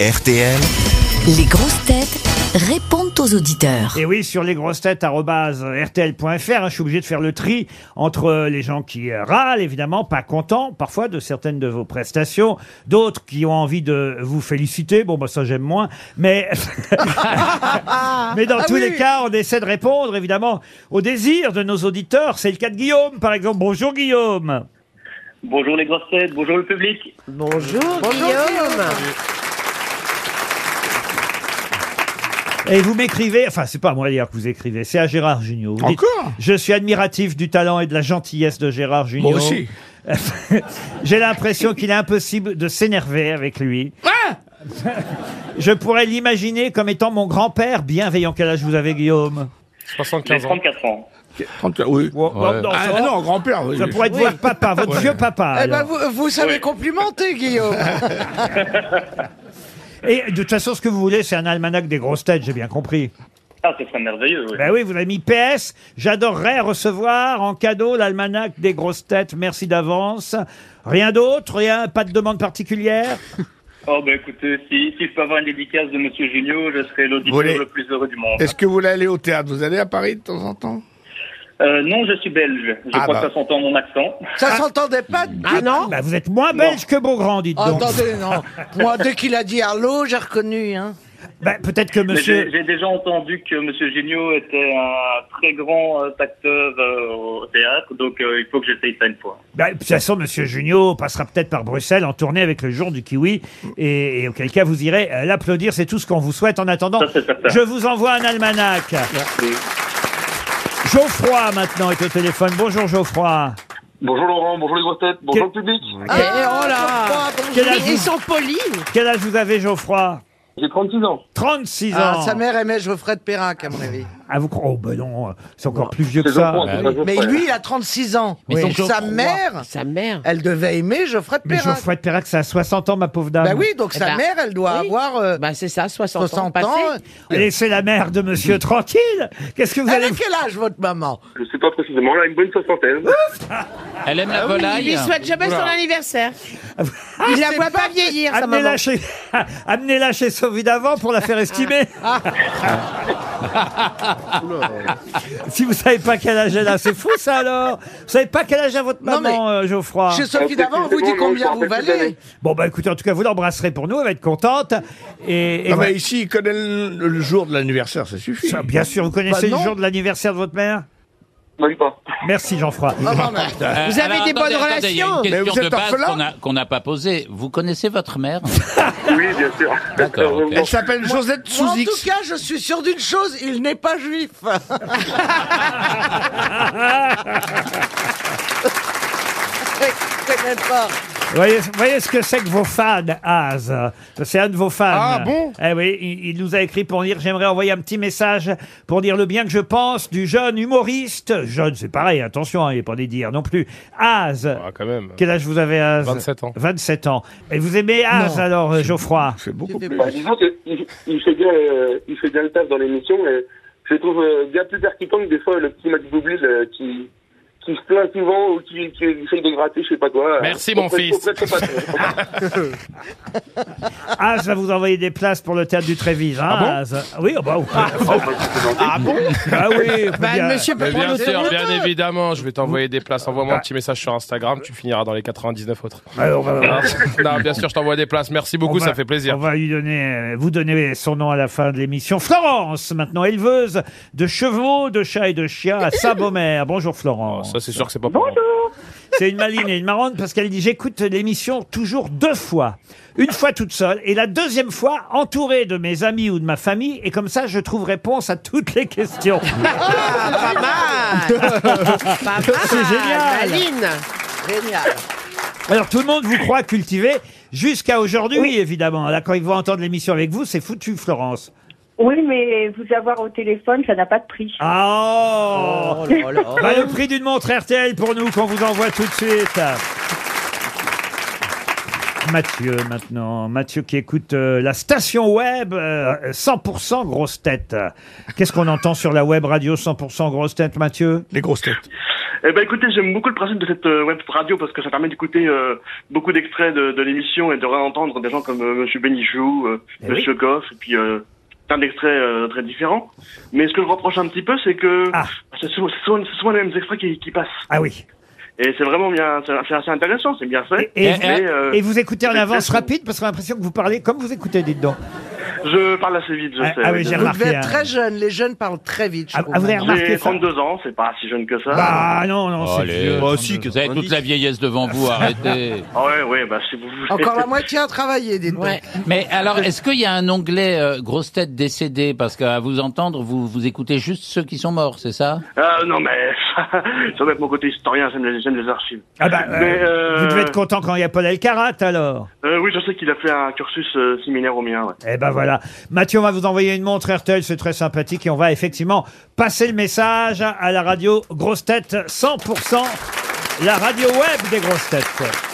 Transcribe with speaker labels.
Speaker 1: RTL.
Speaker 2: Les grosses têtes répondent aux auditeurs.
Speaker 3: Et oui, sur lesgrossetêtes.rtl.fr, hein, je suis obligé de faire le tri entre euh, les gens qui euh, râlent, évidemment, pas contents parfois de certaines de vos prestations, d'autres qui ont envie de vous féliciter, bon, bah ça j'aime moins, mais, mais dans
Speaker 4: Ah
Speaker 3: tous
Speaker 4: oui.
Speaker 3: les cas, on essaie de répondre, évidemment, aux désirs de nos auditeurs. C'est le cas de Guillaume, par exemple. Bonjour Guillaume
Speaker 5: Bonjour les grosses têtes, bonjour le public.
Speaker 4: Bonjour, Guillaume.
Speaker 3: Et vous m'écrivez, enfin c'est pas à moi d'ailleurs que vous écrivez, c'est à Gérard Junior. Vous dites,
Speaker 6: Encore
Speaker 3: Je suis admiratif du talent et de la gentillesse de Gérard Junior.
Speaker 6: Moi aussi.
Speaker 3: J'ai l'impression qu'il est impossible de s'énerver avec lui.
Speaker 6: Ah
Speaker 3: Je pourrais l'imaginer comme étant mon grand-père bienveillant. Quel âge vous avez, Guillaume
Speaker 5: J'ai
Speaker 7: 75 ans.
Speaker 5: 34 ans.
Speaker 6: 34, oui.
Speaker 3: Oh, oh, non,
Speaker 6: Ah,
Speaker 3: ça-
Speaker 6: non, grand-père. oui.
Speaker 3: Ça pourrait être
Speaker 4: Oui.
Speaker 3: votre papa, votre vieux papa.
Speaker 4: Eh ben,
Speaker 3: alors.
Speaker 4: vous, vous savez
Speaker 5: Oui.
Speaker 4: complimenter, Guillaume.
Speaker 3: Et de toute façon, ce que vous voulez, c'est un almanach des grosses têtes, j'ai bien compris.
Speaker 5: Ah, ce serait merveilleux. oui.
Speaker 3: Ben oui, vous avez mis PS. J'adorerais recevoir en cadeau l'almanach des grosses têtes. Merci d'avance. Rien d'autre, rien, pas de demande particulière.
Speaker 5: Oh, bah écoutez, si, si je peux avoir une dédicace de Monsieur Junio, je serai l'auditeur
Speaker 6: Volé.
Speaker 5: le plus heureux du monde.
Speaker 6: Est-ce que vous voulez aller au théâtre Vous allez à Paris de temps en temps
Speaker 5: Euh, non, je suis belge. Je
Speaker 6: Ah,
Speaker 5: crois
Speaker 6: bah.
Speaker 5: que ça s'entend mon accent.
Speaker 4: Ça s'entendait pas du
Speaker 3: Ah non Vous êtes moins belge que Beaugrand, dites donc.
Speaker 4: Attendez, non. Moi, dès qu'il a dit allô, j'ai reconnu. Hein.
Speaker 3: Ben, Peut-être que
Speaker 5: Mais
Speaker 3: monsieur...
Speaker 5: j'ai j'ai déjà entendu que Monsieur Junio était un très grand euh, acteur euh, au théâtre, donc euh, il faut que j'essaye ça une fois.
Speaker 3: Bah, de toute façon, Monsieur Junio passera peut-être par Bruxelles en tournée avec le jour du kiwi, et, et auquel cas vous irez euh, l'applaudir. C'est tout ce qu'on vous souhaite. En attendant,
Speaker 5: Ça, c'est certain.
Speaker 3: je vous envoie un almanach. Geoffroy maintenant est au téléphone. Bonjour Geoffroy.
Speaker 8: Bonjour Laurent, bonjour les grosses têtes, bonjour le public.
Speaker 4: Ah, oh là
Speaker 3: Quel âge, vous,
Speaker 9: sont polis.
Speaker 3: quel âge vous avez Geoffroy
Speaker 8: J'ai 36 ans.
Speaker 3: 36
Speaker 4: Ah,
Speaker 3: ans.
Speaker 4: sa mère aimait Geoffrey de Perrin, à mon avis.
Speaker 3: Ah, vous cro- Oh ben non, euh, c'est encore plus vieux que
Speaker 8: C'est
Speaker 3: ça.
Speaker 6: bah
Speaker 8: Geoffroy, c'est pas Geoffrey.
Speaker 4: Mais lui, il a 36 ans.
Speaker 9: Mais
Speaker 4: Oui.
Speaker 9: son Geoffroy-
Speaker 4: Sa mère,
Speaker 9: Sa mère.
Speaker 4: elle devait aimer Geoffrey de
Speaker 3: Mais
Speaker 4: Perrin.
Speaker 3: Geoffroy de Perrac, ça a 60 ans, ma pauvre dame.
Speaker 4: Bah oui, donc
Speaker 9: Eh
Speaker 4: sa
Speaker 9: ben,
Speaker 4: mère, elle doit
Speaker 9: oui.
Speaker 4: avoir euh,
Speaker 9: Bah c'est ça, 60,
Speaker 4: 60
Speaker 9: passés.
Speaker 4: ans.
Speaker 3: Laissez la mère de monsieur tranquille. Qu'est-ce que vous
Speaker 4: Elle
Speaker 3: allez
Speaker 4: a quel âge, votre maman
Speaker 8: Je sais pas précisément, là, une bonne soixantaine.
Speaker 7: Elle aime la
Speaker 9: Ah Il lui
Speaker 7: volaille.
Speaker 9: souhaite jamais son anniversaire. Il la voit pas vieillir, sa maman.
Speaker 3: Ah, Amenez-la chez, amenez-la chez Sauvi d'avant pour la faire estimer. si vous savez pas quel âge elle a, c'est fou ça alors. Vous savez pas quel âge a votre
Speaker 4: Non,
Speaker 3: maman, euh, Geoffroy.
Speaker 4: Chez Sophie
Speaker 8: Ah,
Speaker 4: d'avant, on vous
Speaker 8: c'est
Speaker 4: dit
Speaker 8: bon, non, je
Speaker 4: combien
Speaker 8: me
Speaker 4: vous
Speaker 8: rappelle plus
Speaker 4: valez
Speaker 3: Bon bah écoutez, en tout cas vous l'embrasserez pour nous, elle va être contente. Et, et
Speaker 6: Non,
Speaker 3: voilà.
Speaker 6: Ah, mais ici, il connaît le, le jour de l'anniversaire, ça suffit.
Speaker 3: Ça, bien sûr, vous connaissez le
Speaker 4: Bah, non.
Speaker 3: jour de l'anniversaire de votre mère.
Speaker 8: Même pas.
Speaker 3: Merci Geoffroy.
Speaker 4: Oh,
Speaker 7: Euh,
Speaker 9: Vous avez
Speaker 7: alors,
Speaker 9: des bonnes
Speaker 7: attendez, attendez, Il y a
Speaker 9: relations.
Speaker 7: une
Speaker 6: Mais vous
Speaker 7: question de
Speaker 6: êtes
Speaker 7: base
Speaker 6: orphelin
Speaker 7: qu'on a- qu'on n'a pas posée. Vous connaissez votre mère
Speaker 8: Oui, bien sûr.
Speaker 7: D'accord, ok.
Speaker 6: Elle s'appelle Josette
Speaker 4: Moi, en
Speaker 6: Souzix.
Speaker 4: tout cas, je suis sûr d'une chose, il n'est pas juif. Je connais pas.
Speaker 3: Voyez, voyez ce que c'est que vos fans, Az. C'est un de vos fans.
Speaker 6: Ah, bon
Speaker 3: Eh oui, il, il nous a écrit pour dire j'aimerais envoyer un petit message pour dire le bien que je pense du jeune humoriste. Jeune, c'est pareil, attention, hein, il n'est pas des dire non plus. Az.
Speaker 7: Ah, quand même.
Speaker 3: Quel âge vous avez, Az
Speaker 7: 27 ans.
Speaker 3: 27 ans. Et vous aimez Az alors, euh, Geoffroy
Speaker 6: C'est beaucoup
Speaker 4: J'ai fait
Speaker 6: plus.
Speaker 8: Bah, disons qu'il il fait, bien, euh, il fait bien le taf dans l'émission et je le trouve euh, bien plus percutant que des fois le petit Max Boublil euh, qui, qui se plaint souvent ou qui, qui essaye de gratter, je sais pas quoi. euh,
Speaker 7: Merci, mon
Speaker 8: auprès-
Speaker 7: fils.
Speaker 8: auprès de son patron.
Speaker 3: Az va vous envoyer des places pour le théâtre du Trévise. Hein, Az. Oui, oh bah, oui.
Speaker 8: Ah, bah, c'est gentil.
Speaker 3: Ah bon Ah oui, on peut
Speaker 9: Bah,
Speaker 3: bien-
Speaker 9: monsieur peut
Speaker 7: Mais
Speaker 9: prendre
Speaker 7: bien
Speaker 9: le
Speaker 7: sûr,
Speaker 9: temps.
Speaker 7: bien évidemment, je vais t'envoyer des places. Envoie-moi un petit message sur Instagram, tu finiras dans les 99 autres.
Speaker 3: Alors, on
Speaker 7: Hein
Speaker 3: va-
Speaker 7: non, bien sûr, je t'envoie des places. Merci beaucoup,
Speaker 3: On va-
Speaker 7: ça fait plaisir.
Speaker 3: On va lui donner, euh, vous donner son nom à la fin de l'émission. Florence, maintenant éleveuse de chevaux, de chats et de chiens à Saint-Beaumaire. Bonjour
Speaker 7: Oh,
Speaker 3: Florence.
Speaker 7: ça, c'est sûr que c'est pas pour moi.
Speaker 3: C'est une maline et une marrante parce qu'elle dit j'écoute l'émission toujours deux fois. Une fois toute seule et la deuxième fois entourée de mes amis ou de ma famille et comme ça je trouve réponse à toutes les questions.
Speaker 4: Ah,
Speaker 9: Pas mal. Oh, Pas mal.
Speaker 3: C'est génial.
Speaker 9: Maline.
Speaker 4: Génial.
Speaker 3: Alors tout le monde vous croit cultivé jusqu'à aujourd'hui évidemment. Là quand ils vont entendre l'émission avec vous c'est foutu Florence.
Speaker 10: Oui, mais vous avoir au téléphone, ça n'a pas de prix.
Speaker 3: Ah
Speaker 4: Oh là là.
Speaker 3: Bah, le prix d'une montre RTL pour nous qu'on vous envoie tout de suite. Mathieu maintenant, Mathieu qui écoute euh, la station web euh, 100% grosse tête. Qu'est-ce qu'on entend sur la web radio 100% grosse tête Mathieu
Speaker 6: Les grosses têtes.
Speaker 5: Eh ben écoutez, j'aime beaucoup le principe de cette euh, web radio parce que ça permet d'écouter euh, beaucoup d'extraits de, de l'émission et de réentendre des gens comme euh, Monsieur Bénichou, euh,
Speaker 3: Eh oui.
Speaker 5: Monsieur Goff, et puis euh, plein d'extraits euh, très différents. Mais ce que je reproche un petit peu, c'est que
Speaker 3: Ah.
Speaker 5: c'est souvent, c'est souvent- c'est souvent les mêmes extraits qui, qui passent.
Speaker 3: Ah oui.
Speaker 5: Et c'est vraiment bien, c'est c'est assez intéressant, c'est bien fait.
Speaker 3: Et,
Speaker 5: Mais, euh,
Speaker 3: et vous écoutez en
Speaker 5: mais
Speaker 3: avance
Speaker 5: ça,
Speaker 3: rapide parce qu'on a l'impression que vous parlez comme vous écoutez, dites donc.
Speaker 5: Je parle assez vite, je
Speaker 3: Ah,
Speaker 5: sais.
Speaker 3: ah oui,
Speaker 5: oui.
Speaker 3: j'ai
Speaker 4: Vous
Speaker 3: remarqué,
Speaker 4: devez
Speaker 3: hein.
Speaker 4: être très jeune. Les jeunes parlent très vite. je
Speaker 3: Ah,
Speaker 4: trouve.
Speaker 3: ah, vous avez remarqué
Speaker 5: J'ai
Speaker 3: ça
Speaker 5: 32 ans, c'est pas si jeune que ça.
Speaker 3: Bah non, non, c'est vieux.
Speaker 1: Moi aussi, que vous avez toute la vieillesse devant vous, arrêtez.
Speaker 5: Ah ouais, ouais, bah si vous voulez.
Speaker 4: Encore la moitié à travailler, dites donc.
Speaker 1: Mais alors, est-ce qu'il y a un onglet euh, grosse tête décédée Parce qu'à vous entendre, vous, vous écoutez juste ceux qui sont morts, c'est ça
Speaker 5: Ah non mais ça va être mon côté historien, j'aime les, j'aime les archives.
Speaker 3: Ah bah, euh,
Speaker 5: Mais, euh,
Speaker 3: Vous devez être content quand il y a Paul Elkarat alors.
Speaker 5: Euh, oui, je sais qu'il a fait un cursus euh, similaire au mien. Ouais.
Speaker 3: Eh ben voilà. Mathieu, on va vous envoyer une montre RTL, c'est très sympathique et on va effectivement passer le message à la radio Grosse Tête 100%, la radio web des Grosses Têtes.